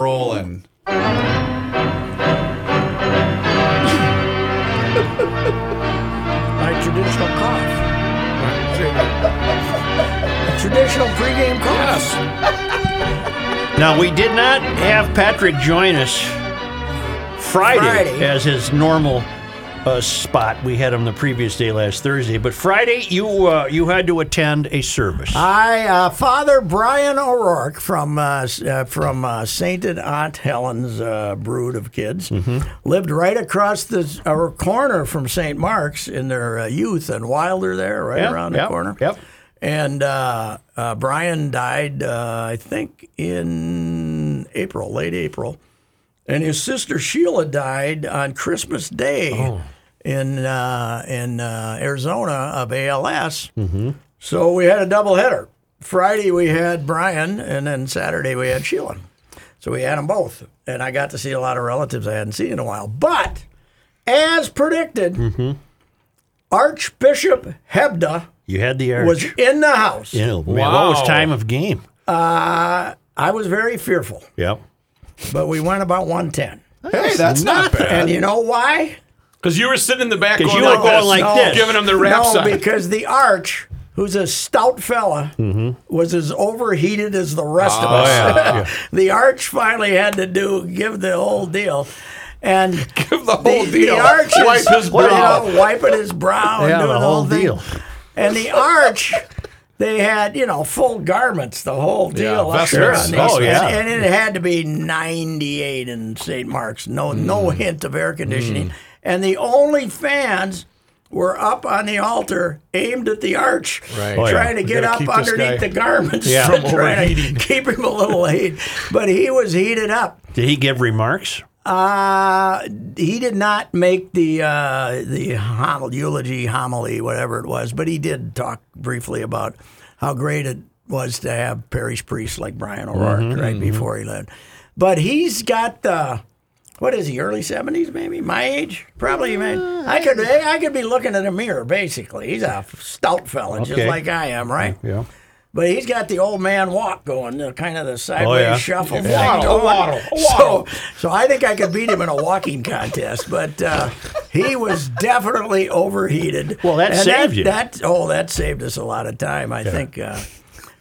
Rolling. My traditional cough. A traditional pregame cough. Now, we did not have Patrick join us Friday, Friday. as his normal uh, spot. We had him the previous day last Thursday, but Friday you uh, you had to attend a service. I uh, Father Brian O'Rourke from uh, s- uh, from uh, Sainted Aunt Helen's uh, brood of kids Mm-hmm. lived right across the s- or corner from St. Mark's in their uh, youth and Wilder there right Yep, around the yep, corner. Yep. And uh, uh, Brian died, uh, I think, in April, late April. And his sister Sheila died on Christmas Day Oh. in uh, in uh, Arizona of ALS. So we had a doubleheader. Friday we had Brian, and then Saturday we had Sheila. So we had them both, and I got to see a lot of relatives I hadn't seen in a while. But as predicted, Mm-hmm. Archbishop Hebda You had the arch. was in the house. you know, man, What was Wow. time of game? I was very fearful, Yep. but we went about 110. Hey, that's not bad. And you know why? Because you were sitting in the back 'Cause going you were like going this, like this. giving him the rap no, side. because the Arch, who's a stout fella, Mm-hmm. was as overheated as the rest Oh, of us. the Arch finally had to do give the whole deal. And Give the whole deal. The Arch Wipe is, his you know, brow. wiping his brow and Yeah, doing the the whole whole thing. deal. And the Arch, they had you know full garments, the whole deal. up there vestments. on these- Oh, yeah. and, and it had to be 98 in St. Mark's. No, no Hmm. hint of air conditioning. And the only fans were up on the altar, aimed at the arch, Right. Oh, yeah. trying to get gotta up keep this underneath guy the garments, Yeah. and from trying overheating. to keep him a little heat. But he was heated up. Did he give remarks? Uh, he did not make the uh, the homily, eulogy, homily, whatever it was, but he did talk briefly about how great it was to have parish priests like Brian O'Rourke right before he left. But he's got the what is he early seventies maybe my age probably man I could I could be looking in a mirror basically he's a stout fella Okay. just like I am right Yeah. but he's got the old man walk going, the kind of the sideways Oh, yeah. shuffle. A thing waddle, a going. waddle, a waddle. So, so I think I could beat him in a walking contest, but uh, he was definitely overheated. Well, that And saved that, you. That oh, that saved us a lot of time. I think. Uh,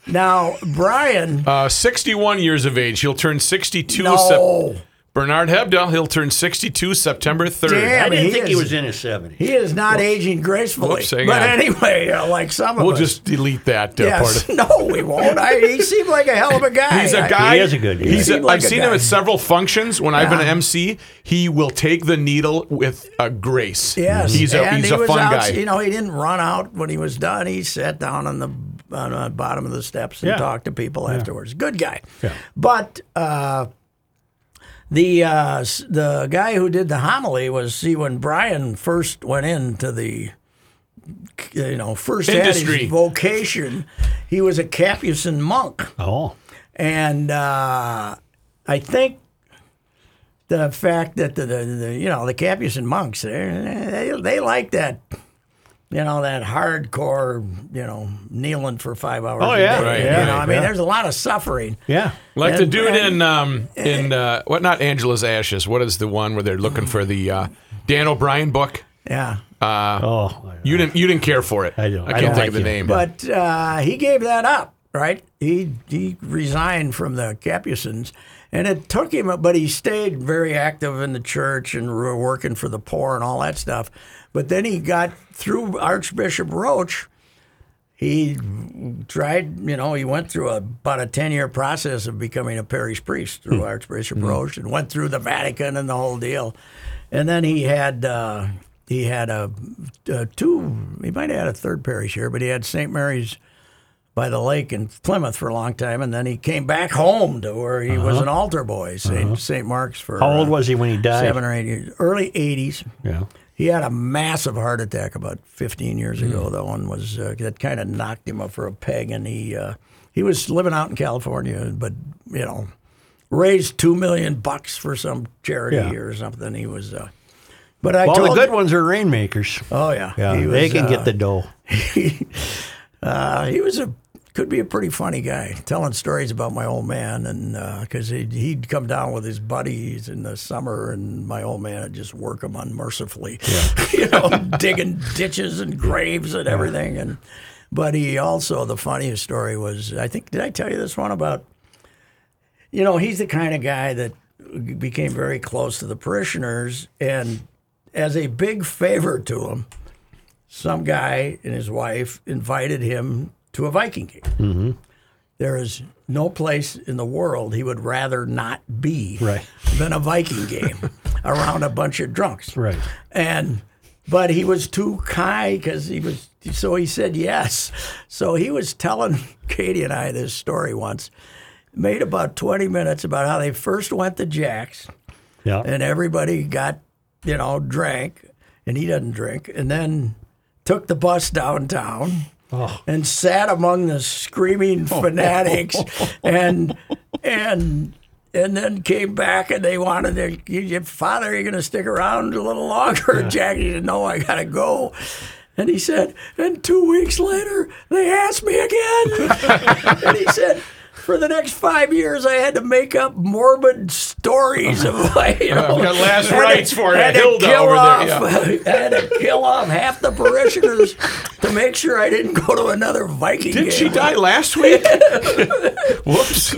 now Brian, Uh, 61 years of age. He'll turn 62. Sep- no, Bernard Hebdal, he'll turn 62 September 3rd. Damn. I mean, didn't he think he is- was in his 70s. he is not aging gracefully. Whoops, hang but on. anyway, uh, like some of We'll us. just delete that uh, part yes, of no, we won't. I, he seemed like a hell of a guy. He's a I- guy. He is a good guy. He's a, Seemed like I've a seen guy. him at several functions. When I've been an MC, he will take the needle with a grace. Yes, he's a and he's he a was fun out, guy. You know, he didn't run out when he was done. He sat down on the on the bottom of the steps and Yeah. talked to people afterwards. Good guy. But uh, the uh, s- the guy who did the homily was see when Brian first went into the you know first had Industry. his vocation, he was a Capuchin monk oh. and uh, I think the fact that the, the, the you know the Capuchin monks they they, they like that you know that hardcore you know kneeling for five hours. Oh, a yeah. day, Right, you right, know I mean yeah. there's a lot of suffering. Yeah. like the and- dude and- in um in uh what not Angela's Ashes. What is the one where they're looking for the uh, Dan O'Brien book? Yeah, Uh, Oh. You didn't you didn't care for it. I don't- I I can't don't think like of the you. name. but uh, he gave that up. Right, he he resigned from the Capuchins, And it took him, but he stayed very active in the church and were working for the poor and all that stuff. But then he got through Archbishop Roach. He tried, you know, he went through a, about a 10 year process of becoming a parish priest Hmm. through Archbishop Roach and went through the Vatican and the whole deal. And then he had, uh, he had a, a two, he might have had a third parish here, but he had St. Mary's by the lake in Plymouth for a long time. And then he came back home to where he was an altar boy, saint St. Mark's for Uh-huh. How old uh, was he when he died? Seven or eight years, early 80s. Yeah. He had a massive heart attack about 15 years Hmm. ago. That one was uh, that kind of knocked him up for a peg, and he uh, he was living out in California, but you know, raised two million bucks for some charity Yeah. or something. He was, uh, but I All told the good ones are rainmakers. Oh yeah, Yeah, He they was, can uh, get the dough. he, uh, he was a could be a pretty funny guy, telling stories about my old man, and because he'd, he'd come down with his buddies in the summer, and my old man would just work him unmercifully, you know, digging ditches and graves and everything. And but he also the funniest story was I think did I tell you this one about you know, he's the kind of guy that became very close to the parishioners. And as a big favor to him, some guy and his wife invited him to a Viking game. There is no place in the world he would rather not be Right. than a Viking game around a bunch of drunks Right. and but he was too kind because he was so he said yes so he was telling katie and i this story once made about 20 minutes about how they first went to jack's Yeah. and everybody got you know drank and he doesn't drink and then took the bus downtown and sat among the screaming Oh. fanatics and and and then came back and they wanted to "You- you- father you're going to stick around a little longer jackie said no i gotta go and he said and two weeks later they asked me again and he said for the next five years, I had to make up morbid stories of like, you know, we got last had to- rites for had to Hilda kill over there, off, yeah. I had to kill off half the parishioners to make sure I didn't go to another Viking Didn't she game. die last week? Whoops.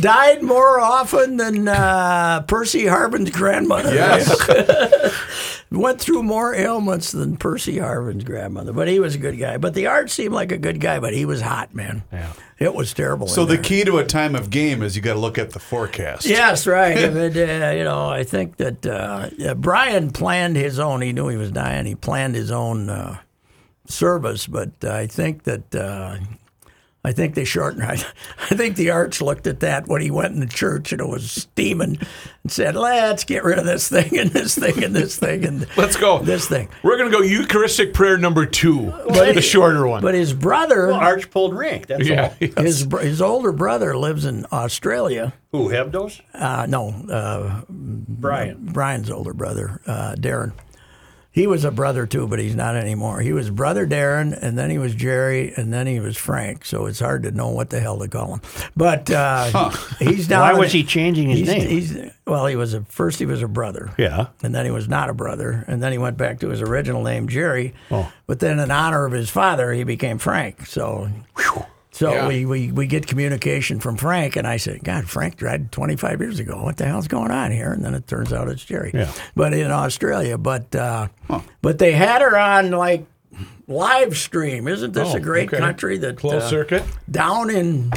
Died more often than uh, Percy Harvin's grandmother. Yes. Went through more ailments than Percy Harvin's grandmother, but he was a good guy. But the art seemed like a good guy, but he was hot, man. Yeah. It was terrible. So in the there. key to a time of game is you got to look at the forecast. Yes, right. If it, uh, you know, I think that uh, yeah, Brian planned his own. He knew he was dying. He planned his own uh, service, but I think that uh, I think they shortened. I, I think the arch looked at that when he went in the church and it was steaming, and said, "Let's get rid of this thing and this thing and this thing and Let's go. this thing." We're going to go Eucharistic prayer number two, the shorter one. But his brother, Arch pulled rank. That's yeah. his br- his older brother, lives in Australia. all. Who have those? Uh, no, uh, Brian. Brian's older brother, uh, Darren. He was a brother too, but he's not anymore. He was brother Darren, and then he was Jerry, and then he was Frank. So it's hard to know what the hell to call him. But uh, he's down. Why in- was he changing his he's, name? He's, well, he was a first. He was a brother. Yeah. And then he was not a brother, and then he went back to his original name, Jerry. Oh. But then, in honor of his father, he became Frank. So. So Yeah. we, we, we get communication from Frank, and I said, God, Frank died 25 years ago. What the hell's going on here? And then it turns out it's Jerry. Yeah. But in Australia, but uh, but they had her on like live stream. Isn't this a great Oh, okay. country that Closed uh, circuit. down in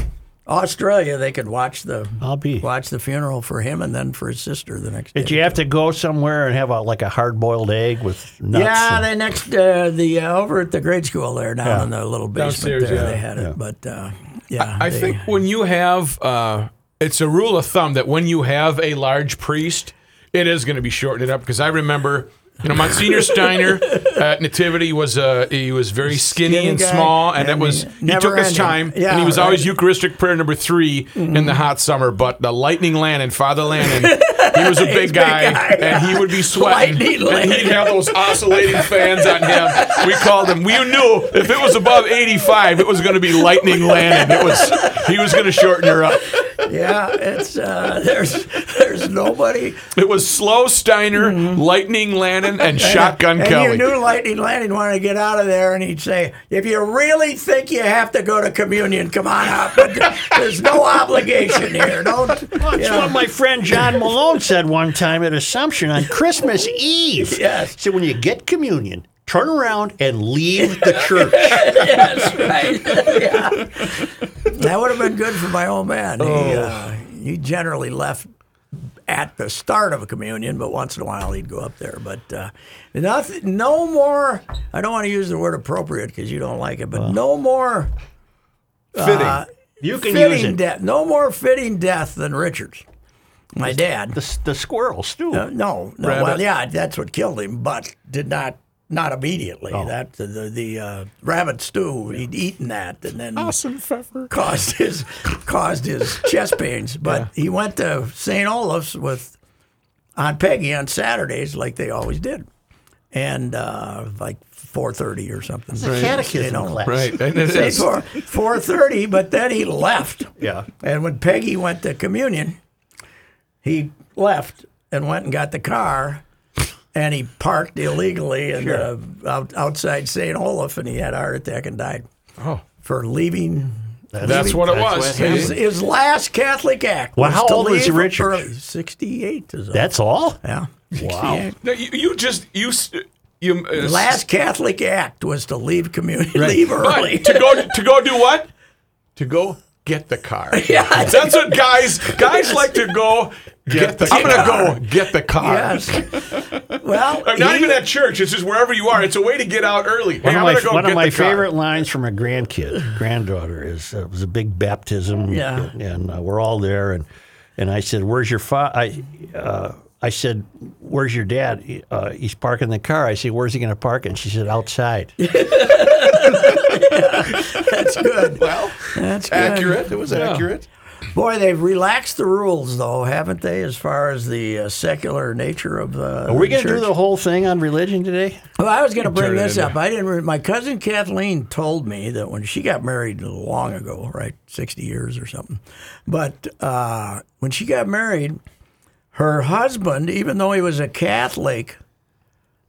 Australia they could watch the I'll be. watch the funeral for him and then for his sister the next Did day. you have to go somewhere and have a like a hard boiled egg with nuts? Yeah, and- they next uh, the uh, over at the grade school there down in the little basement Downstairs, there yeah. they had it, but uh, yeah, I they- think when you have, uh, it's a rule of thumb that when you have a large priest, it is going to be shortened up because I remember. You know, Monsignor Steiner at Nativity was uh, he was very skinny, Skinny and guy. small, and I it was mean, he never took his ending. time, and Yeah, he was always right. Mm-hmm. Eucharistic prayer number 3 in the hot summer. But the Lightning Lannon, Father Lannon, he was a big, guy, guy, and he would be sweating, Lightning and Lannon. he'd have those oscillating fans on him. We called him. We knew if it was above 85, it was going to be Lightning Lannon. It was he was going to shorten her up. Yeah, it's uh, there's there's nobody. It was Slow Steiner, Lightning Lannon, and Shotgun Mm-hmm. and Kelly. you knew Lightning Landing wanted to get out of there, and he'd say, "If you really think you have to go to communion, come on up. But there's no obligation here. Don't." Well, That's what my friend John Malone said one time at Assumption on Christmas Eve. Yes. He said, when you get communion, turn around and leave the church. That's right. yeah. That would have been good for my old man. He, Oh. uh, he generally left at the start of a communion, but once in a while he'd go up there. But uh, nothing, no more. I don't want to use the word appropriate because you don't like it, but no more uh, Fitting. You can use fitting it. death. No more fitting death than Richards, my dad. The, the squirrels, too. Uh, no, no. Well, yeah, that's what killed him, but did not not immediately. That the the, the uh, rabbit stew, he'd eaten that, and then awesome pfeffer caused his caused his chest pains. But he went to St. Olaf's with on Peggy on Saturdays, like they always did, and uh, like four thirty or something. It's a catechism class. right. And it Say is. four four thirty, but then he left. Yeah. And when Peggy went to communion, he left and went and got the car, and he parked illegally in the, out, outside St. Olaf, and he had a heart attack and died Oh, for leaving. that's what it was. That's what His, his last Catholic act. Well, was how to old was leave Richard? early. Sixty-eight. Is all. That's all? yeah. Wow. No, you, you just you s- you uh, Last Catholic act was to leave communion, leave but early. to go to go do what? To go get the car. Yeah. That's what guys guys like to go. Get, the. I'm gonna car. go get the car. Yes. Well, Uh, Not he- even at church. It's just wherever you are. It's a way to get out early. Hey, One I'm of my, gonna go one get of my the car. favorite lines from a grandkid, granddaughter, is uh, it was a big baptism. Yeah. And uh, we're all there. And, and I said, Where's your father? I, uh, I said, Where's your dad? He- Uh, he's parking the car. I said, Where's he going to park it? And she said, Outside. That's good. Well, That's good. accurate. It was accurate. Boy, they've relaxed the rules, though, haven't they? As far as the uh, secular nature of uh, Are we going to do church? the whole thing on religion today? Well, I was going to bring Turn it this into- up. I didn't. Re- my cousin Kathleen told me that when she got married long ago, right, sixty years or something, but uh, when she got married, her husband, even though he was a Catholic,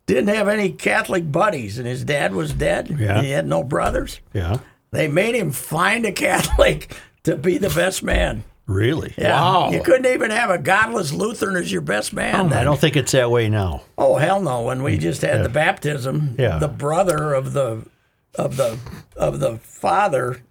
didn't have any Catholic buddies, and his dad was dead. Yeah. He had no brothers. Yeah. They made him find a Catholic to be the best man. Really? Yeah. Wow. Oh, You couldn't even have a godless Lutheran as your best man. I then. don't think it's that way now. oh hell no! When Mm, we just had the baptism, Yeah. the brother of the of the of the father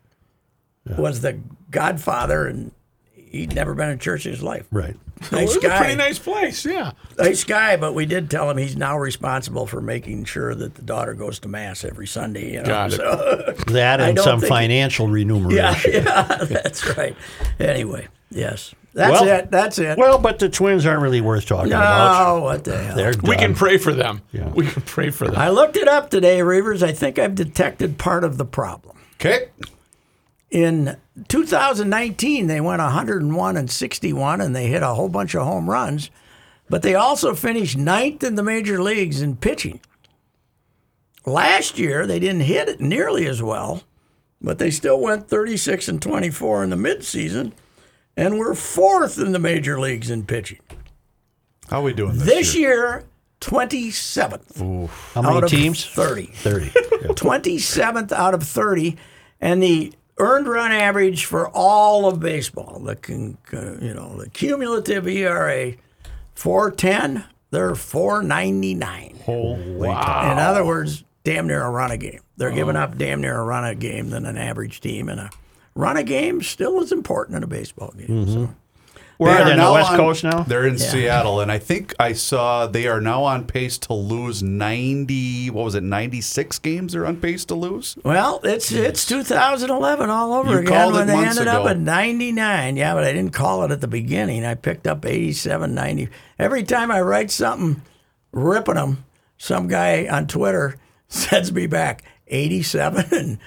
was the godfather, and he'd never been in church in his life. Right. Oh, It Nice was a guy, pretty nice place. Yeah. nice guy. But we did tell him he's now responsible for making sure that the daughter goes to mass every Sunday. You know? Got it. So, That and don't some think- financial yeah, remuneration. yeah, that's right. Anyway, yes, that's Well- it. That's it. Well, but the twins aren't really worth talking about. oh, what the hell? They're We can done. pray for them. Yeah. We can pray for them. I looked it up today, Reavers. I think I've detected part of the problem. Okay. In 2019, they went 101 and 61, and they hit a whole bunch of home runs, but they also finished ninth in the major leagues in pitching. Last year, they didn't hit it nearly as well, but they still went 36 and 24 in the midseason and were fourth in the major leagues in pitching. How are we doing this? This year, 27th How many out of teams? 30. 30. 27th out of 30, and the earned run average for all of baseball, the con, uh, you know the cumulative E ERA, 410. They're 499. wow! In other words, damn near a run a game. They're giving up damn near a run a game than an average team, and a run a game still is important in a baseball game. So. We're They are on the now West on- Coast now? They're in Seattle, and I think I saw they are now on pace to lose ninety. What was it? Ninety six games they're on pace to lose. Well, it's it's 2011 all over You again called when it they months ended up ago. at 99. Yeah, but I didn't call it at the beginning. I picked up 87, 90. Every time I write something ripping them, some guy on Twitter sends me back 87 and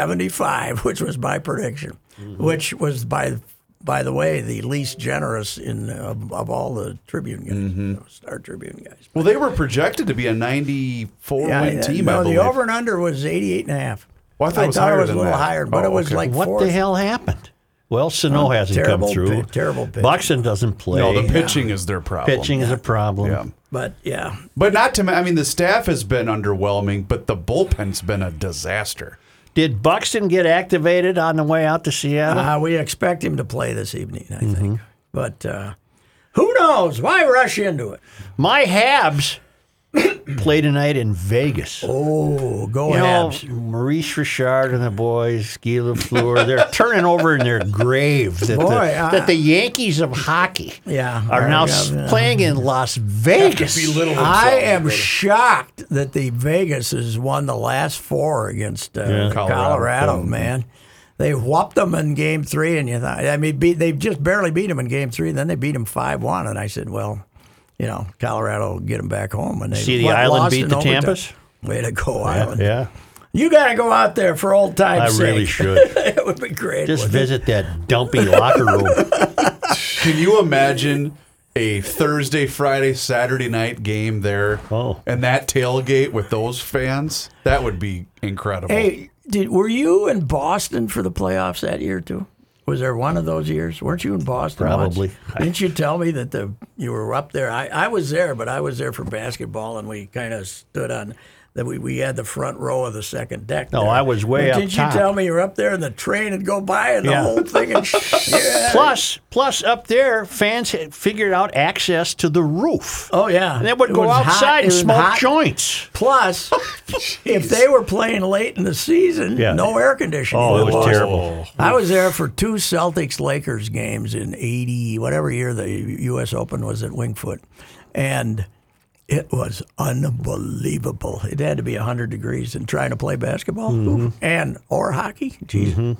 75, which was my prediction, Mm-hmm. which was by by the way the least generous in of, of all the Tribune guys, Mm-hmm. Star Tribune guys. Well, they were projected to be a ninety four win yeah, team. no, I the believe. over and under was 88 and a half. Well, I thought it was higher a than little that. higher, but Oh, it was okay. like What fourth. Oh, the hell happened? Well, Sano hasn't terrible come through. pi- terrible pitching. Boxing doesn't play. No, the pitching is their problem. pitching is a problem. Yeah. But yeah, But not to, ma- I mean, the staff has been underwhelming, but the bullpen's been a disaster. Did Buxton get activated on the way out to Seattle? Uh-huh. uh, we expect him to play this evening, I Mm-hmm. think. But uh, who knows? Why rush into it? My Habs play tonight in Vegas. Oh, go You know, Habs. Maurice Richard and the boys, Guy Lafleur, they're turning over in their grave that, Boy, the, I- that the Yankees of hockey Yeah, are now s- yeah. playing in Las Vegas. Belittle I themselves, am brother. shocked that the Vegas has won the last four against uh, Colorado, Colorado, man. They whopped them in game three, and you thought, I mean, beat, they just barely beat them in game three. Then they beat them 5 1. And I said, well, you know, Colorado will get them back home. And they See the what, Island lost beat in the overtime. Tampas? Way to go, Island. Yeah, You got to go out there for old I time's sake. really should. it would be great. Just wouldn't it? visit that dumpy locker room. Can you imagine a Thursday, Friday, Saturday night game there? Oh. And that tailgate with those fans? That would be incredible. Hey, did were you in Boston for the playoffs that year too? Was there one of those years? Weren't you in Boston? once? Probably. Didn't you tell me that the you were up there? I, I was there, but I was there for basketball, and we kind of stood on that. We, we had the front row of the second deck. No, there. I was way But up Did top. you tell me you were up there and the train would go by and Yeah. the whole thing? And yeah. Plus, plus up there, fans had figured out access to the roof. Oh yeah, and they would It go was hot, outside it and was smoke hot. joints. Plus, if they were playing late in the season, Yeah. no air conditioning. Oh, it in was Boston. terrible. I was there for two Celtics Lakers games in 80, whatever year the U.S. Open was at Wingfoot. And it was unbelievable. It had to be 100 degrees and trying to play basketball Mm-hmm. and or hockey. Jeez.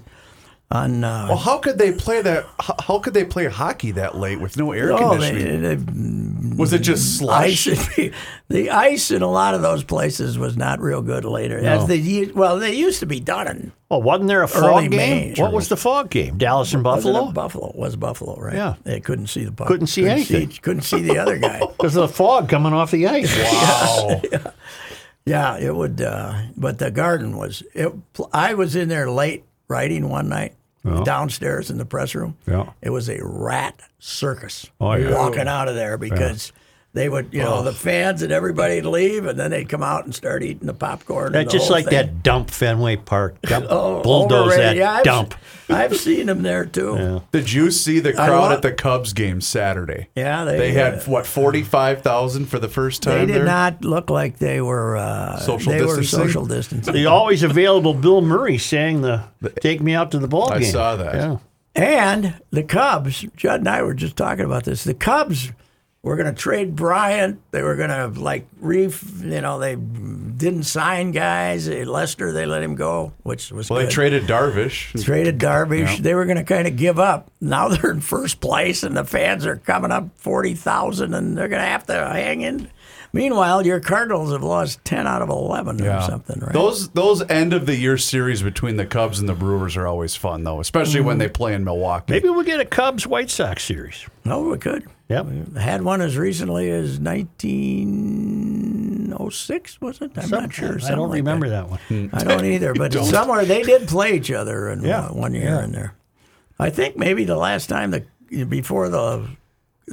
On, uh, well, how could they play that? How, how could they play hockey that late with no air oh, they, conditioning? they- Was it just ice slush? the ice in a lot of those places was not real good later. As they u- well, they used to be done in Well, wasn't there a fog Early May. game? What was the fog game? Dallas and was it in Buffalo? Buffalo It was Buffalo, right? Yeah. they couldn't see the puck. Couldn't see anything. Oh. couldn't see the other guy. Because of the fog coming off the ice. Wow. Yeah, it would. Uh, but the garden was. It, I was in there late writing one night downstairs in the press room. Oh. Yeah. It was a rat circus Oh, yeah. Oh. walking out of there because they would, you know, the fans and everybody would leave and then they'd come out and start eating the popcorn. and That's the just whole like thing. that dump Fenway Park. Dump, Oh, bulldoze overrated. that Yeah, I've, dump. I've seen them there too. Yeah, Did you see the crowd wa- at the Cubs game Saturday? they, They uh, had what forty five thousand for the first time. They did there? not look like they were uh, Social They distancing? were social distancing. The always available Bill Murray sang the "Take Me Out to the Ball I Game." saw that. Yeah. And the Cubs, Judd and I were just talking about this. The Cubs were going to trade Bryant. They were going to like reef. You know, they didn't sign guys. Eh, Lester, they let him go, which was Well, they good. traded Darvish. traded Darvish. They were going to kind of give up. Now they're in first place, and the fans are coming up forty thousand, and they're going to have to hang in. Meanwhile, your Cardinals have lost ten out of eleven or something, right? Those those end of the year series between the Cubs and the Brewers are always fun though, especially Mm-hmm. when they play in Milwaukee. Maybe we'll get a Cubs White Sox series. no, we could. Yep. had one as recently as 1906, was it? I'm not sure. I something don't like remember that one. that. I don't either, but somewhere they did play each other in uh, Yeah, one, one year in there. I think maybe the last time the before the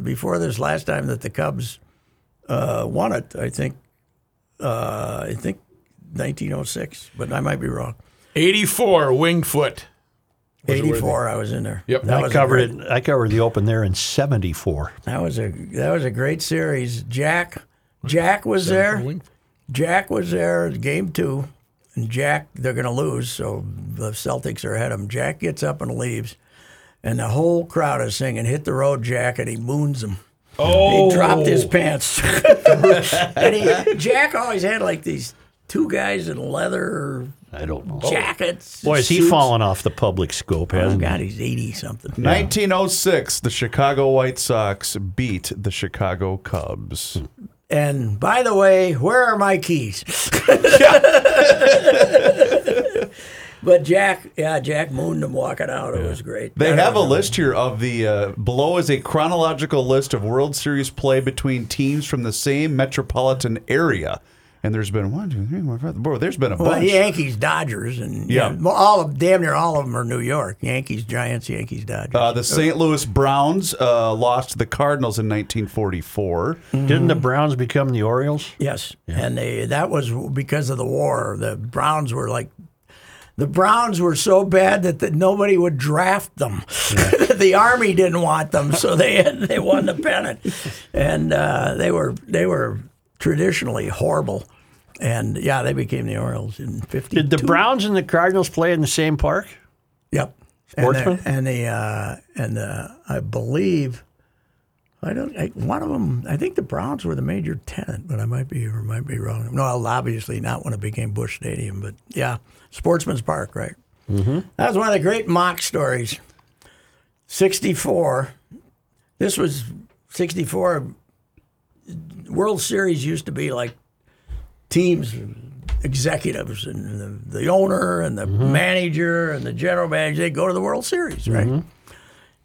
before this last time that the Cubs uh, won it, I think uh, I think 1906, but I might be wrong. 84 Wingfoot. 84, I was in there. Yep. that I was a covered great- it. I covered the Open there in '74. That was a that was a great series. Jack Jack was there. Jack was there. Game two, and Jack they're going to lose, so the Celtics are ahead of him. Jack gets up and leaves, and the whole crowd is singing "Hit the Road, Jack," and he moons them. Oh, He dropped his pants. and he, Jack always had like these two guys in leather I don't know. jackets. Boy, is he suits. fallen off the public scope, Oh hasn't he? God, he's eighty something. 1906, the Chicago White Sox beat the Chicago Cubs. And by the way, where are my keys? but Jack, yeah, Jack mooned him walking out. It was great. I They don't have a know. list here of the uh, below is a chronological list of World Series play between teams from the same metropolitan area. And there's been one, two, three, four, five. Bro, there's been a Well, bunch. Yankees, Dodgers, and Yeah. yeah, well, all of damn near all of them are New York. Yankees, Giants, Yankees, Dodgers. Uh, the St. Louis Browns uh, lost to the Cardinals in 1944. Oh, Didn't the Browns become the Orioles? yes, and they that was because of the war. The Browns were like. The Browns were so bad that the, nobody would draft them. the Army didn't want them, so they they won the pennant, and uh, they were they were traditionally horrible, and yeah, they became the Orioles in fifty. Did the Browns and the Cardinals play in the same park? Yep. Sportsman? And the, and the, uh, and the I believe I don't I, one of them. I think the Browns were the major tenant, but I might be or might be wrong. No, obviously not when it became Bush Stadium, but yeah, Sportsman's Park, right? Mm-hmm. That was one of the great mock stories. Sixty-four. This was sixty-four. World Series used to be like teams executives and the, the owner and the manager and the general manager they go to the world series right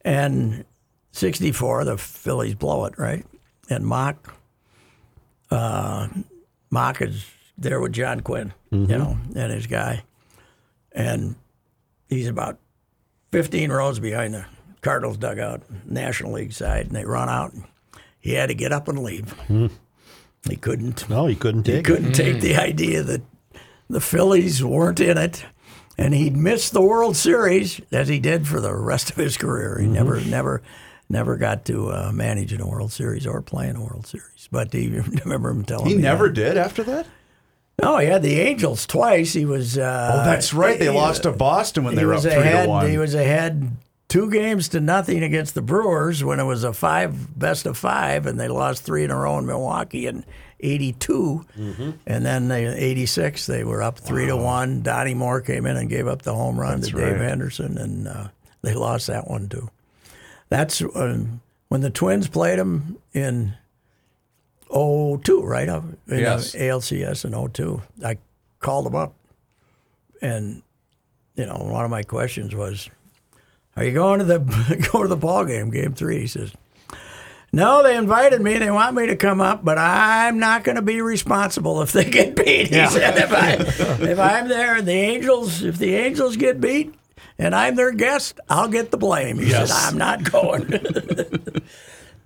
and 64 the phillies blow it right and mock uh, mock is there with john quinn you know and his guy and he's about 15 rows behind the cardinals dugout national league side and they run out he had to get up and leave he couldn't No, you couldn't he take it. couldn't Mm. take the idea that the Phillies weren't in it, and he'd miss the World Series as he did for the rest of his career. He never, Mm-hmm. never, never got to uh, manage in a World Series or play in a World Series. But he remember him telling He me never That. did after that? No, he had the Angels twice. He was. Uh, Oh, that's right. They he- uh, lost to Boston when they he were up was 3 ahead. to 1. He was ahead two games to nothing against the Brewers when it was a five best of five, and they lost three in a row in Milwaukee in '82, Mm-hmm. and then they, '86 they were up three to one. Donnie Moore came in and gave up the home run to Dave right. Henderson, and uh, they lost that one too. That's um, when the Twins played them in 02, right? Uh, In Yes. yes. ALCS in 02. I called them up and, you know, one of my questions was, are you going to the go to the ball game, game three? He says, no, they invited me. They want me to come up, but I'm not going to be responsible if they get beat. He said, if, I, if I'm there and the Angels, if the Angels get beat and I'm their guest, I'll get the blame. He said, I'm not going.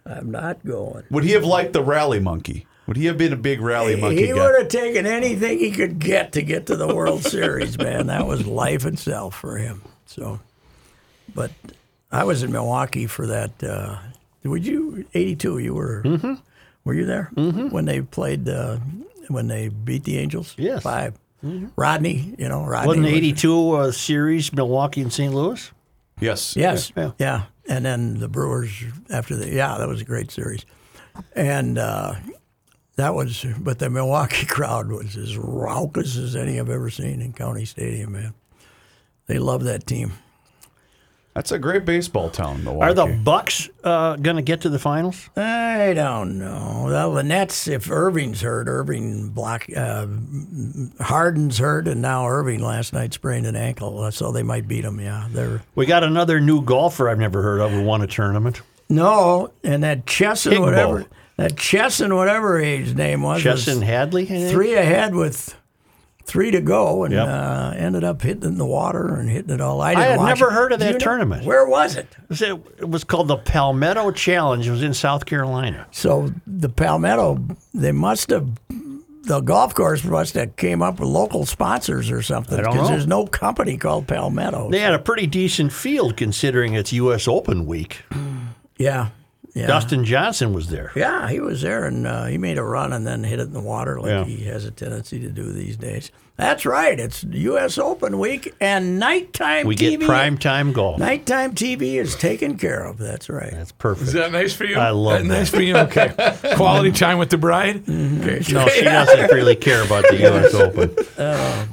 I'm not going. Would he have liked the rally monkey? Would he have been a big rally He monkey guy? would have taken anything he could get to get to the World Series, man. That was life itself for him. So, but I was in Milwaukee for that. Uh, would you '82? You were. Mm-hmm. Were you there when they played? Uh, when they beat the Angels? Yes. Mm-hmm. 5 Rodney, you know Rodney. Wasn't the was- '82 uh, series Milwaukee and St. Louis? Yes. Yes. Yeah. Yeah. And then the Brewers after the yeah, that was a great series. And uh, that was but the Milwaukee crowd was as raucous as any I've ever seen in County Stadium, man. They love that team. That's a great baseball town, Milwaukee. Are the Bucks uh, going to get to the finals? I don't know. Well, the Nets, if Irving's hurt, Irving block, uh, Harden's hurt, and now Irving last night sprained an ankle, uh, so they might beat them. Yeah, they're We got another new golfer I've never heard of who won a tournament. no, and that Chesson, Higbo. whatever that Chesson, whatever his name was, was Chesson Hadley. I think? three ahead with three to go, and Yep. uh, ended up hitting it in the water and hitting it all. I, didn't had watch never it. heard of Do that you know- tournament. Where was it? It was- It was called the Palmetto Challenge. It was in South Carolina. So the Palmetto, they must have. The golf course must have came up with local sponsors or something I don't because know. there's no company called Palmetto. They had a pretty decent field considering it's U.S. Open week. yeah, yeah, Dustin Johnson was there. yeah. He was there and uh, he made a run and then hit it in the water like Yeah. he has a tendency to do these days. That's right. It's U.S. Open week and nighttime. We get TV prime time golf. Nighttime TV is taken care of. That's right. That's Is perfect. that nice for you? I love that. Nice for you. Okay. Quality time with the bride. Okay. No, Oh, she doesn't really care about the U.S. Open.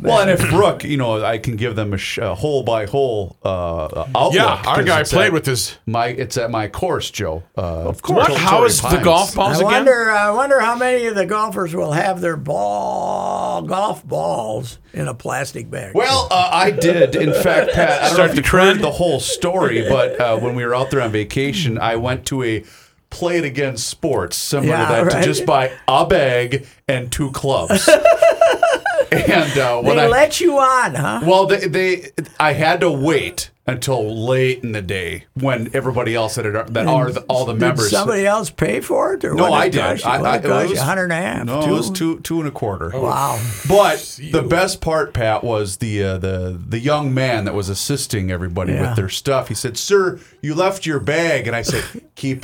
Well, and if Brooke, you know, I can give them a, sh- a hole by hole uh, uh, outlook. Yeah, our 'cause guy it's played at with his. My, it's at my course, Joe. Uh, of What? How is the golf balls I again? wonder. I wonder how many of the golfers will have their ball golf balls in a plastic bag. Well, uh, I did. In fact, Pat, I don't Start know the if you heard trend? the whole story, but uh, when we were out there on vacation, I went to a play it again sports similar Yeah, to that right. to just buy a bag and two clubs. and uh, when They I let you on, huh? well, they, they I had to wait until late in the day when everybody else that are, that are the, all the members. Did somebody else pay for it? Or no, what I it did. cost you? I, What I, it cost you? was- a hundred and a half. No, two? Oh, it was two two and a quarter. Wow. But the best part, Pat, was the uh, the the young man that was assisting everybody Yeah. with their stuff. He said, "Sir, you left your bag," and I said, "Keep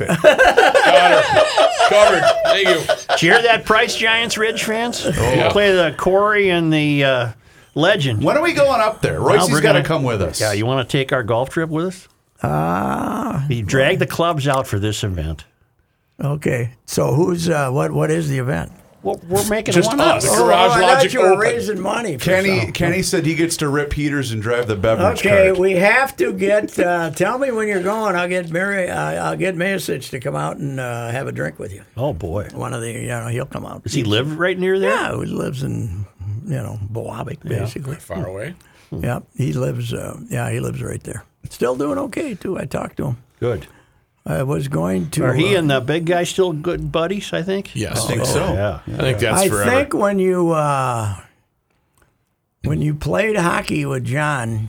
it." Got her. Covered. Thank you. Did you hear that price, Giants Ridge fans? Play the Corey and the uh, Legend. when are we going up there? Well, Royce's we're got to gonna- come with us. Yeah, you want to take our golf trip with us? Ah. you drag the clubs out for this event. Okay. So who's uh, what? What is the event? Well, we're making Just one us. up. Oh, Garage I thought Logic you were Open. raising money. For Kenny something. Kenny said he gets to rip heaters and drive the beverage Okay, cart. we have to get. Uh, tell me when you're going. I'll get Mary. I I'll get Masich to come out and uh, have a drink with you. Oh boy, One of the, you know, he'll come out. does he live right near there? Yeah, he lives in, you know, Boabic, basically. Far away. Hmm. Yeah, he lives. Uh, yeah, he lives right there. Still doing okay too. I talked to him. Good. I was going to. Are he uh, and the big guy still good buddies? I think. Yes. I think so. Yeah. I think that's I forever. think when you uh, when you played hockey with John,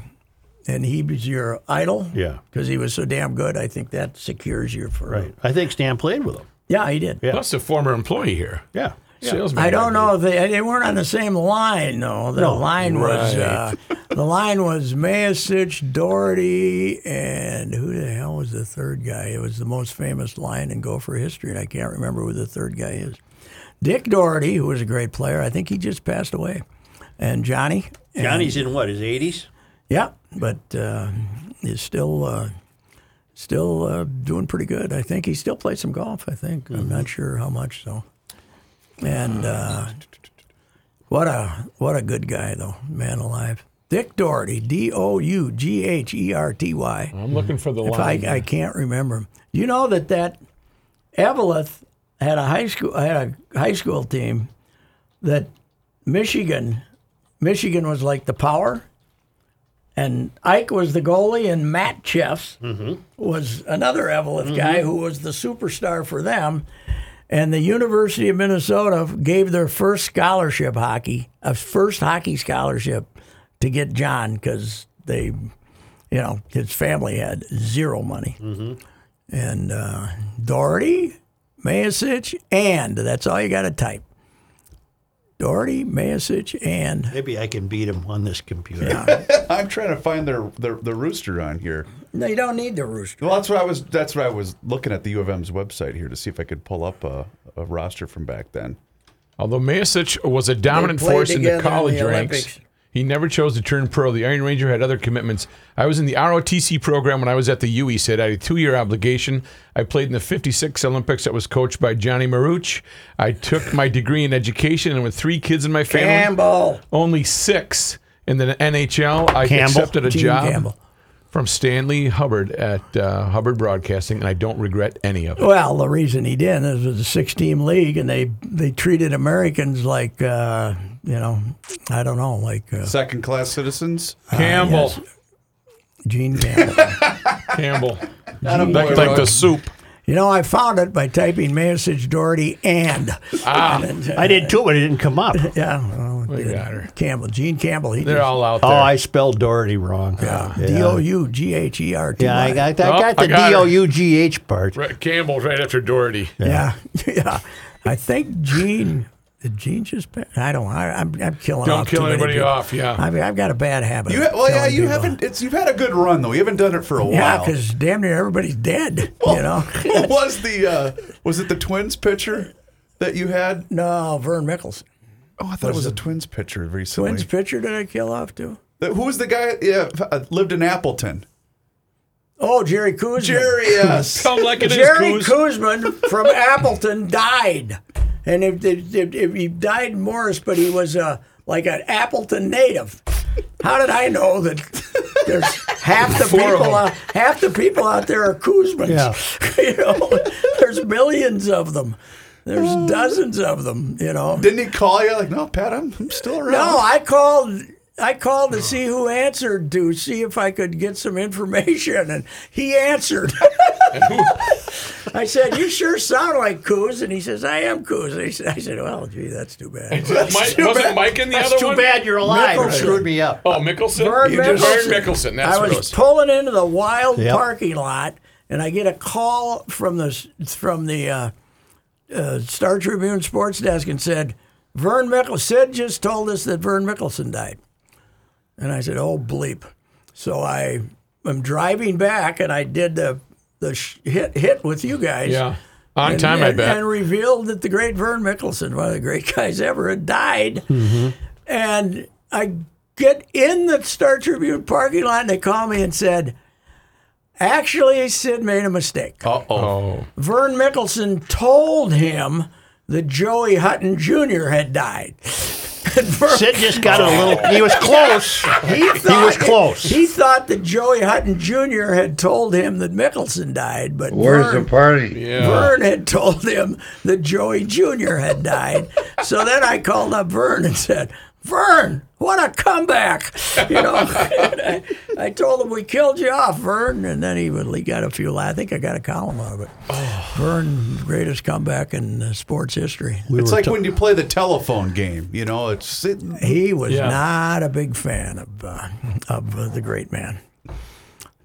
and he was your idol. Yeah. Because he was so damn good, I think that secures you for. Right. I think Stan played with him. Yeah, he did. Yeah. Plus a former employee here. Yeah. Salesman. I don't know if they they weren't on the same line though. The line was uh, the line was Mayasich, Doherty, and who the hell was the third guy? It was the most famous line in Gopher history, and I can't remember who the third guy is. Dick Doherty, who was a great player, I think he just passed away, and Johnny. and- Johnny's in what his eighties. yeah, but uh, he's still uh, still uh, doing pretty good. I think he still plays some golf. I think I'm not sure how much though. And uh, what a what a good guy though, man alive. Dick Doherty, D O U G H E R T Y. I'm looking for the If I, line. I can't remember him. You know that that Eveleth had a high school had a high school team that Michigan Michigan was like the power, and Ike was the goalie, and Matt Chefs was another Eveleth guy who was the superstar for them. And the University of Minnesota gave their first scholarship hockey, a first hockey scholarship to get John because they you know, his family had zero money. And uh, Doherty, Mayasich, and that's all you got to type. Doherty, Mayasich, and Maybe I can beat him on this computer. I'm trying to find their, their the rooster on here. no, you don't need the rooster. Well, that's what I was. That's what I was looking at the U of M's website here to see if I could pull up a, a roster from back then. Although Mayasich was a dominant They played force in together the in the college Olympics. ranks, he never chose to turn pro. The Iron Ranger had other commitments. I was in the ROTC program when I was at the U. He said I had a two-year obligation. I played in the '56 Olympics. That was coached by Johnny Maruch. I took my degree in education, and with three kids in my family, Campbell, only six in the NHL, I Campbell. accepted a Gene job Campbell. from Stanley Hubbard at uh, Hubbard Broadcasting, and I don't regret any of it. Well, the reason he didn't is it was a six-team league, and they they treated Americans like uh, you know, I don't know, like uh, Second class citizens. Campbell, Gene Campbell. Campbell, Not a boy, like, like the Rock. soup. you know, I found it by typing Mayasich, Doherty, and. Ah, I did too, but it didn't come up. Yeah, well, good. got her. Campbell, Gene Campbell. He They're just- uh, all out Oh, there. I spelled Doherty wrong. Yeah. D O U G H E R T. Yeah, I got, I Oh, got I the got her. D O U G H part. Right, Campbell right after Doherty. Yeah, yeah. I think Gene. Did Gene just? pa- I don't. I, I'm, I'm killing. Don't off kill too many anybody people. off, yeah. I mean, I've got a bad habit. You of ha- well, yeah, killing you people. haven't. It's you've had a good run though. You haven't done it for a Yeah, while. because damn near everybody's dead. you know. what was the uh, was it the Twins pitcher that you had? no, Vern Mickels. Oh, I thought it was a Twins pitcher recently. Twins pitcher did I kill off too? That- Who was the guy? Yeah, uh, lived in Appleton. Oh, Jerry Kuzman. Jerry. Yes. Come like it is, Jerry Coos. Kuzman from Appleton died, and if, if, if, if he died in Morris, but he was uh, like an Appleton native. How did I know that? There's half the Four of people them. out, half the people out there are Kuzmans. you know, there's millions of them. There's Uh. dozens of them. You know. Didn't he call you like, no, Pat? I'm, I'm still around. No, I called I called to see who answered to see if I could get some information, and he answered. I said, "You sure sound like Coos," and he says, "I am Coos." And he said, "I said, well, gee, that's too bad." Mike, wasn't Mike in the That's other too one? bad you're alive. You Mickelson. screwed me up. Oh, Mickelson? Vern You just- Mickelson. Vern Mickelson, that's I what was it was. pulling into the wild Yep. parking lot, and I get a call from the from the uh, uh, Star Tribune Sports Desk and said, "Vern Mickelson Sid just told us that Vern Mickelson died," and I said, "Oh bleep!" So I am driving back, and I did the the sh- hit hit with you guys. Yeah. On And- time, I and, bet. And revealed that the great Vern Mickelson, one of the great guys ever, had died. Mm-hmm. And I get in the Star Tribune parking lot and they call me and said, actually, Sid made a mistake. Uh oh. oh. Vern Mickelson told him that Joey Hutton Jr. had died. And Vern- Sid just got a little. He was close. he, thought- was close. He thought that Joey Hutton Jr. had told him that Mickelson died, but Where's Vern, the party? Yeah. Vern had told him that Joey Jr. had died. so then I called up Vern and said, Vern, what a comeback! You know, and I, I told him we killed you off, Vern, and then he, would- he got a few. I think I got a column out of it. Vern, greatest comeback in uh, sports history. It's like when you play the telephone game, you know. It's it, He was Yeah. not a big fan of uh, of uh, the great man,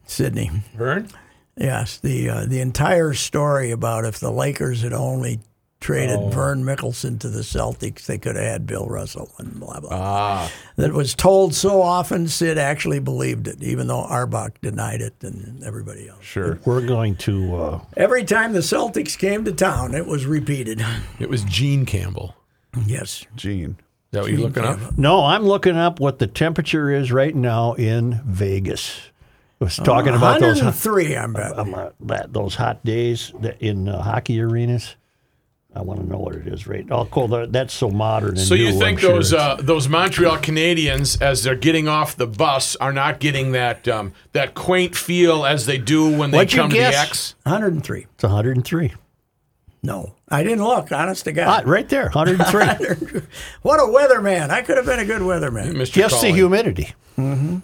Sidney. Vern? Yes, the uh, the entire story about if the Lakers had only traded Vern Mickelson to the Celtics, they could have had Bill Russell and blah blah. Ah. That was told so often. Sid actually believed it, even though Arbach denied it and everybody else. sure. We're going to. Uh, Every time the Celtics came to town, it was repeated. It was Gene Campbell. yes, Gene. Is that what you're looking up? no, I'm looking up what the temperature is right now in Vegas. I was talking about those hot, 103. I'm betting. um, uh, that- those hot days that in uh, hockey arenas. I want to know what it is right. Oh, cool. that- That's so modern. And So new, you I'm think sure those it's- uh, those Montreal Canadiens, as they're getting off the bus, are not getting that um, that quaint feel as they do when they What'd you come to the guess? X? 103. it's 103. No, I didn't look. Honest to Ah, God. right there, 103. What a weatherman! I could have been a good weatherman. Mr. Just the Cullen, humidity. Mm-hmm.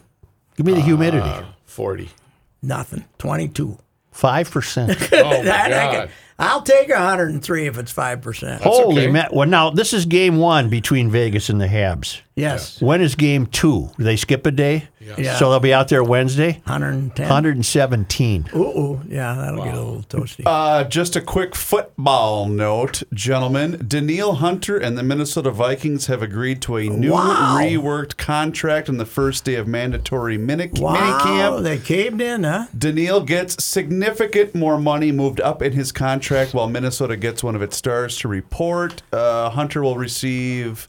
Give me the humidity. Ah. forty. Nothing. 22. Five percent. Oh my That I God. could- I'll take 103 if it's 5%. Holy okay. ma Well, now this is game one between Vegas and the Habs. Yes. When is game two? Do they skip a day? Yeah. So they'll be out there Wednesday. 110. 117. Ooh, ooh, yeah, that'll get a little toasty. Uh, just a quick football note, gentlemen. Daniil Hunter and the Minnesota Vikings have agreed to a new Wow. reworked contract on the first day of mandatory mini- wow, minicamp. they caved in, huh? Daniil gets significant more money moved up in his contract, while Minnesota gets one of its stars to report. Uh, Hunter will receive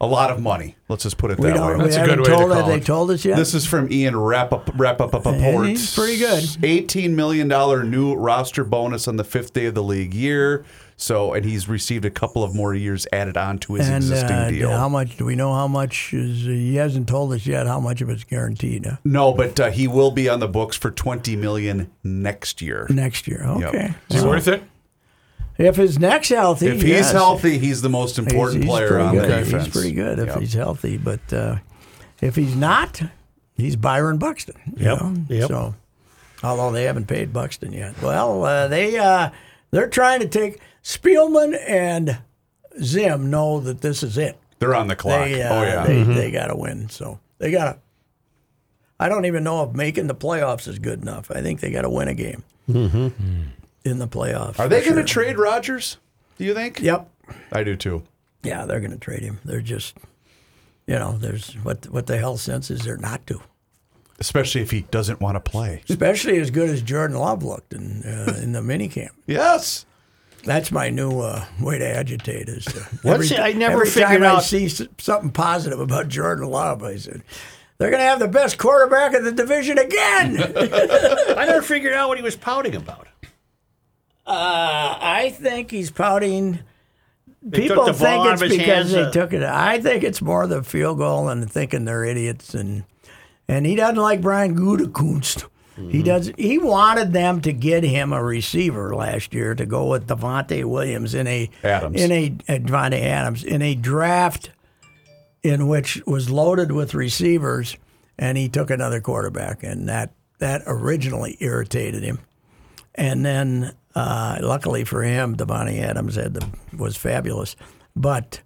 a lot of money. Let's just put it We that don't, way. we That's a haven't good way to told that call they it. told us yet. This is from Ian Rapaport. Rappaport. He's pretty good. $18 million new roster bonus on the fifth day of the league year. So, and he's received a couple of more years added on to his and existing uh, deal. how much do we know? How much is uh, he hasn't told us yet? How much of it's guaranteed huh? no, but uh, he will be on the books for $20 million next year. next year? Okay, Is it worth it? if his neck's healthy, If he's yes. healthy, he's the most He's- important he's player pretty on the good. defense. He's pretty good if Yep. he's healthy, but uh, if he's not, he's Byron Buxton. you Yep, know? yep. So, although they haven't paid Buxton yet, well, uh, they uh, they're trying to take Spielman and Zim know that this is it. They're on the clock. They uh, oh, yeah. they, they got to win. So they got to. I don't even know if making the playoffs is good enough. I think they got to win a game in the playoffs. Mm-hmm. Are they for going to sure. trade Rodgers? Do you think? Yep. I do too. Yeah, they're going to trade him. They're just, you know, there's what what the hell sense is there not to, Especially if he doesn't want to play. especially as good as Jordan Love looked in uh, in the minicamp. Yes. That's my new uh, way to agitate. Is to, What's it- I never every figured time I out- see s- something positive about Jordan Love, I said. They're going to have the best quarterback in the division again. I never figured out what he was pouting about. Uh, I think he's pouting. took People the ball think out it's of his hands, because they uh, took it. I think it's more the field goal and thinking they're idiots and and he doesn't like Brian Gutekunst. Mm-hmm. He does. He wanted them to get him a receiver last year to go with Devontae Williams in a Adams. in a uh, Devontae Adams in a draft in which was loaded with receivers, and he took another quarterback, and that that originally irritated him. And then, uh, luckily for him, Devontae Adams had the, was fabulous, but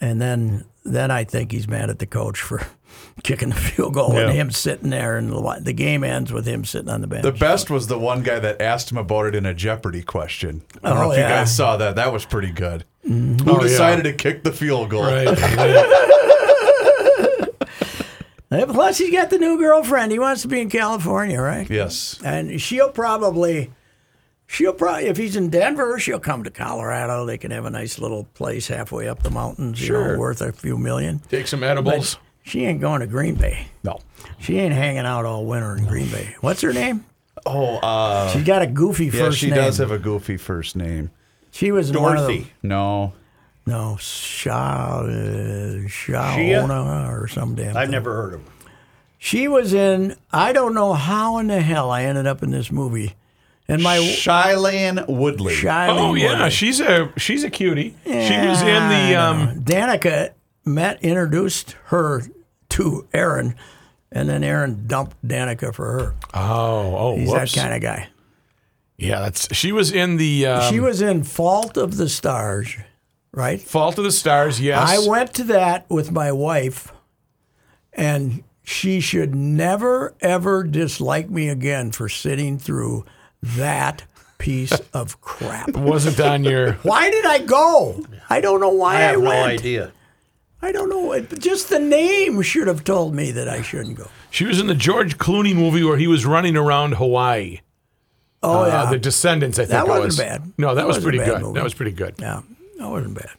and then then I think he's mad at the coach for kicking the field goal and him sitting there, and the- the game ends with him sitting on the bench. The best was the one guy that asked him about it in a Jeopardy question. I don't know Oh, if yeah. you guys saw that. That was pretty good. Who decided to kick the field goal? Right. And plus, he's got the new girlfriend. He wants to be in California, right? Yes. And she'll probably, she'll probably, if he's in Denver, she'll come to Colorado. They can have a nice little place halfway up the mountains, you know, worth a few million. Take some edibles. She ain't going to Green Bay. No. She ain't hanging out all winter in Green Bay. What's her name? Oh, uh, She's got a goofy yeah, first she name. does have a goofy first name. she was in One of the, No. no, Sha, uh, Shia? Shaona or some damn. I've thing. never heard of him. She was in. I don't know how in the hell I ended up in this movie, and my Shylan Woodley. Shailene Oh yeah, Woodley. she's a she's a cutie. she was in the I um, don't know. Danica met introduced her to Aaron, and then Aaron dumped Danica for her. oh oh He's whoops. that kind of guy. yeah, that's she was in the um, she was in Fault of the Stars, right? Fault of the Stars. Yes, I went to that with my wife, and she should never, ever dislike me again for sitting through that piece of crap. wasn't on your. Why did I go? I don't know I why I, have no went. idea. I don't know. It- Just the name should have told me that I shouldn't go. She was in the George Clooney movie where he was running around Hawaii. Oh Uh, yeah, The Descendants. I think That it wasn't was. bad. No, that, That was wasn't a pretty bad good. movie. That was pretty good. yeah, that wasn't bad.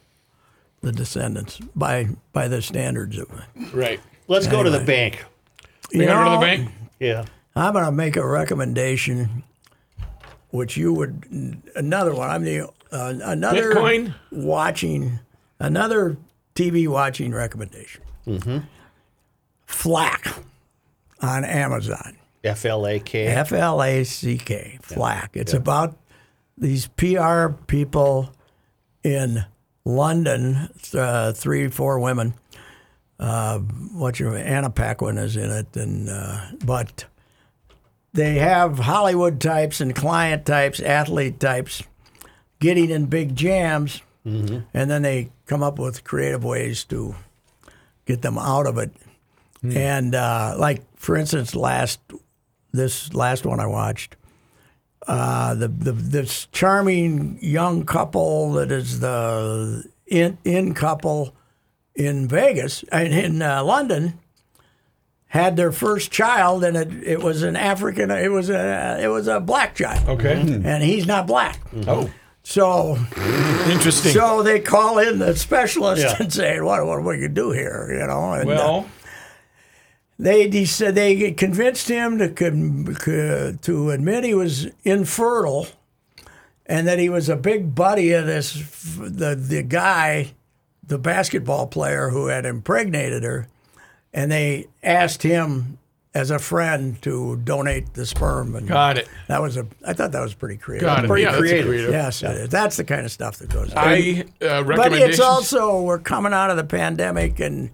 The Descendants, by by the standards of Right. Let's go to the bank. you You go to know, the bank. Yeah. I'm going to make a recommendation, which you would another one. I'm the uh, another Bitcoin? watching another TV watching recommendation. Mm-hmm. Flack on Amazon. F L A K. F L A C K, flack. It's about these PR people in London, uh, three, four women. Uh, what's your Anna Paquin is in it, and uh, but they have Hollywood types and client types, athlete types, getting in big jams, and then they come up with creative ways to get them out of it. And uh, like for instance, last this last one I watched. Uh, the, the this charming young couple that is the in in couple in Vegas and in uh, London had their first child, and it, it was an African. It was a it was a black child, Okay. and he's not black. Oh, So interesting. so they call in the specialist Yeah. and say, "What what we can do here?" You know. And, uh, well, they de- said they convinced him to con- co- to admit he was infertile, and that he was a big buddy of this f- the the guy, the basketball player who had impregnated her, and they asked him as a friend to donate the sperm. And got it. That was a I thought that was pretty creative. Got it. pretty Yeah, that's a creative. Yes, it is. that's the kind of stuff that goes. on. I uh, But it's recommendations. also we're coming out of the pandemic and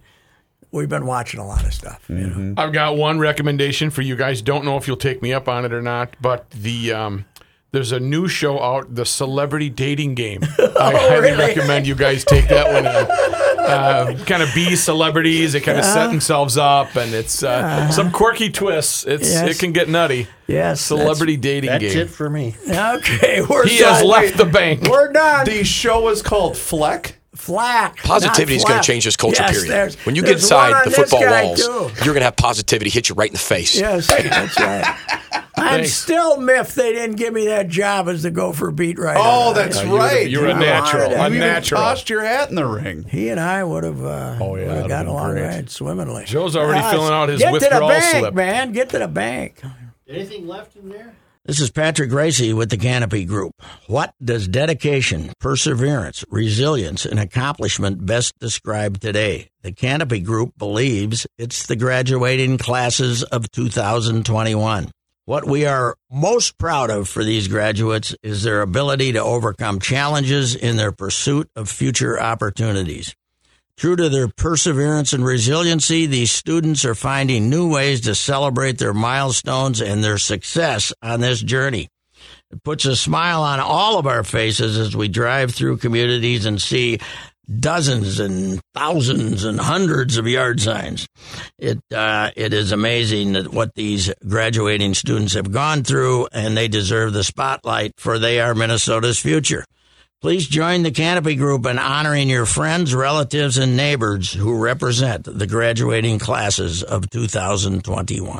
we've been watching a lot of stuff. You know. I've got one recommendation for you guys. Don't know if you'll take me up on it or not, but the um, there's a new show out, the Celebrity Dating Game. Oh, I highly recommend you guys take that one. and, Uh, kind of be celebrities. They kind of set themselves up, and it's uh, some quirky twists. It's Yes. it can get nutty. Yes, that's- Celebrity dating That's game. it for me. Okay, we're He has done. left the bank. We're done. The show is called Fleck. Flack. Positivity is going to change this culture. yes, period. there's- when you get there's one on inside the this football guy, walls, too. you're going to have positivity hit you right in the face. Yes, that's right. I'm Thanks. still miffed they didn't give me that job as the Gopher beat writer. Uh, Oh, that's right. you're a You natural. wanted it. A You even natural. tossed your hat in the ring. He and I would have. Uh, oh would yeah, have that'd gotten have been along great. right swimmingly. Ah, Joe's already filling out his get withdrawal to the bank, slip. man. Get to the bank. Anything left in there? This is Patrick Gracie with the Canopy Group. What does dedication, perseverance, resilience, and accomplishment best describe today? The Canopy Group believes it's the graduating classes of 2021. What we are most proud of for these graduates is their ability to overcome challenges in their pursuit of future opportunities. True to their perseverance and resiliency, these students are finding new ways to celebrate their milestones and their success on this journey. It puts a smile on all of our faces as we drive through communities and see dozens and thousands and hundreds of yard signs. It uh, it is amazing that what these graduating students have gone through, and they deserve the spotlight for they are Minnesota's future. Please join the Canopy Group in honoring your friends, relatives, and neighbors who represent the graduating classes of 2021.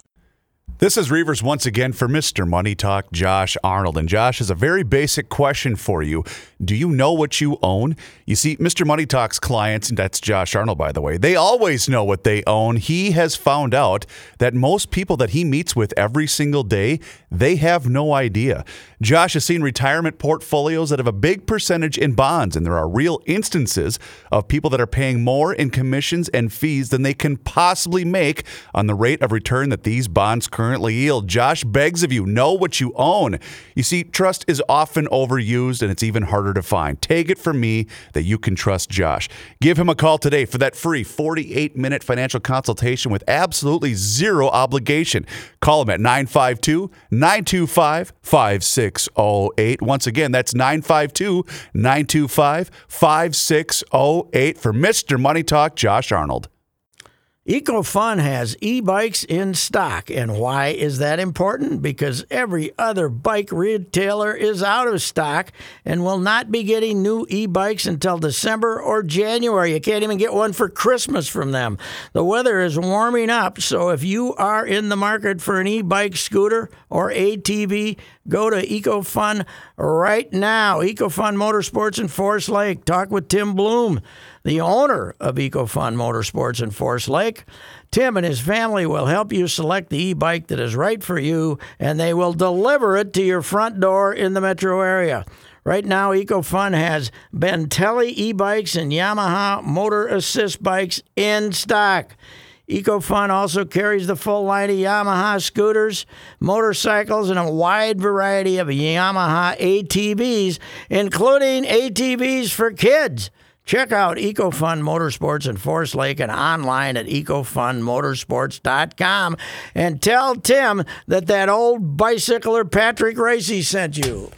This is Reavers once again for Mr. Money Talk, Josh Arnold. And Josh has a very basic question for you. Do you know what you own? You see, Mr. Money Talk's clients, and that's Josh Arnold, by the way, they always know what they own. He has found out that most people that he meets with every single day, they have no idea. Josh has seen retirement portfolios that have a big percentage in bonds, and there are real instances of people that are paying more in commissions and fees than they can possibly make on the rate of return that these bonds currently yield. Josh begs of you, know what you own. You see, trust is often overused and it's even harder to find. Take it from me that you can trust Josh. Give him a call today for that free 48 minute financial consultation with absolutely zero obligation. Call him at 952 925 5608. Once again, that's 952 925 5608 for Mr. Money Talk, Josh Arnold. EcoFun has e-bikes in stock, and why is that important? Because every other bike retailer is out of stock and will not be getting new e-bikes until December or January. You can't even get one for Christmas from them. The weather is warming up, so if you are in the market for an e-bike scooter or ATV, go to EcoFun right now. EcoFun Motorsports in Forest Lake. Talk with Tim Bloom the owner of EcoFun Motorsports in Forest Lake. Tim and his family will help you select the e bike that is right for you, and they will deliver it to your front door in the metro area. Right now, EcoFun has Bentelli e bikes and Yamaha motor assist bikes in stock. EcoFun also carries the full line of Yamaha scooters, motorcycles, and a wide variety of Yamaha ATVs, including ATVs for kids. Check out EcoFund Motorsports in Forest Lake and online at ecofundmotorsports.com and tell Tim that that old bicycler Patrick Racy sent you.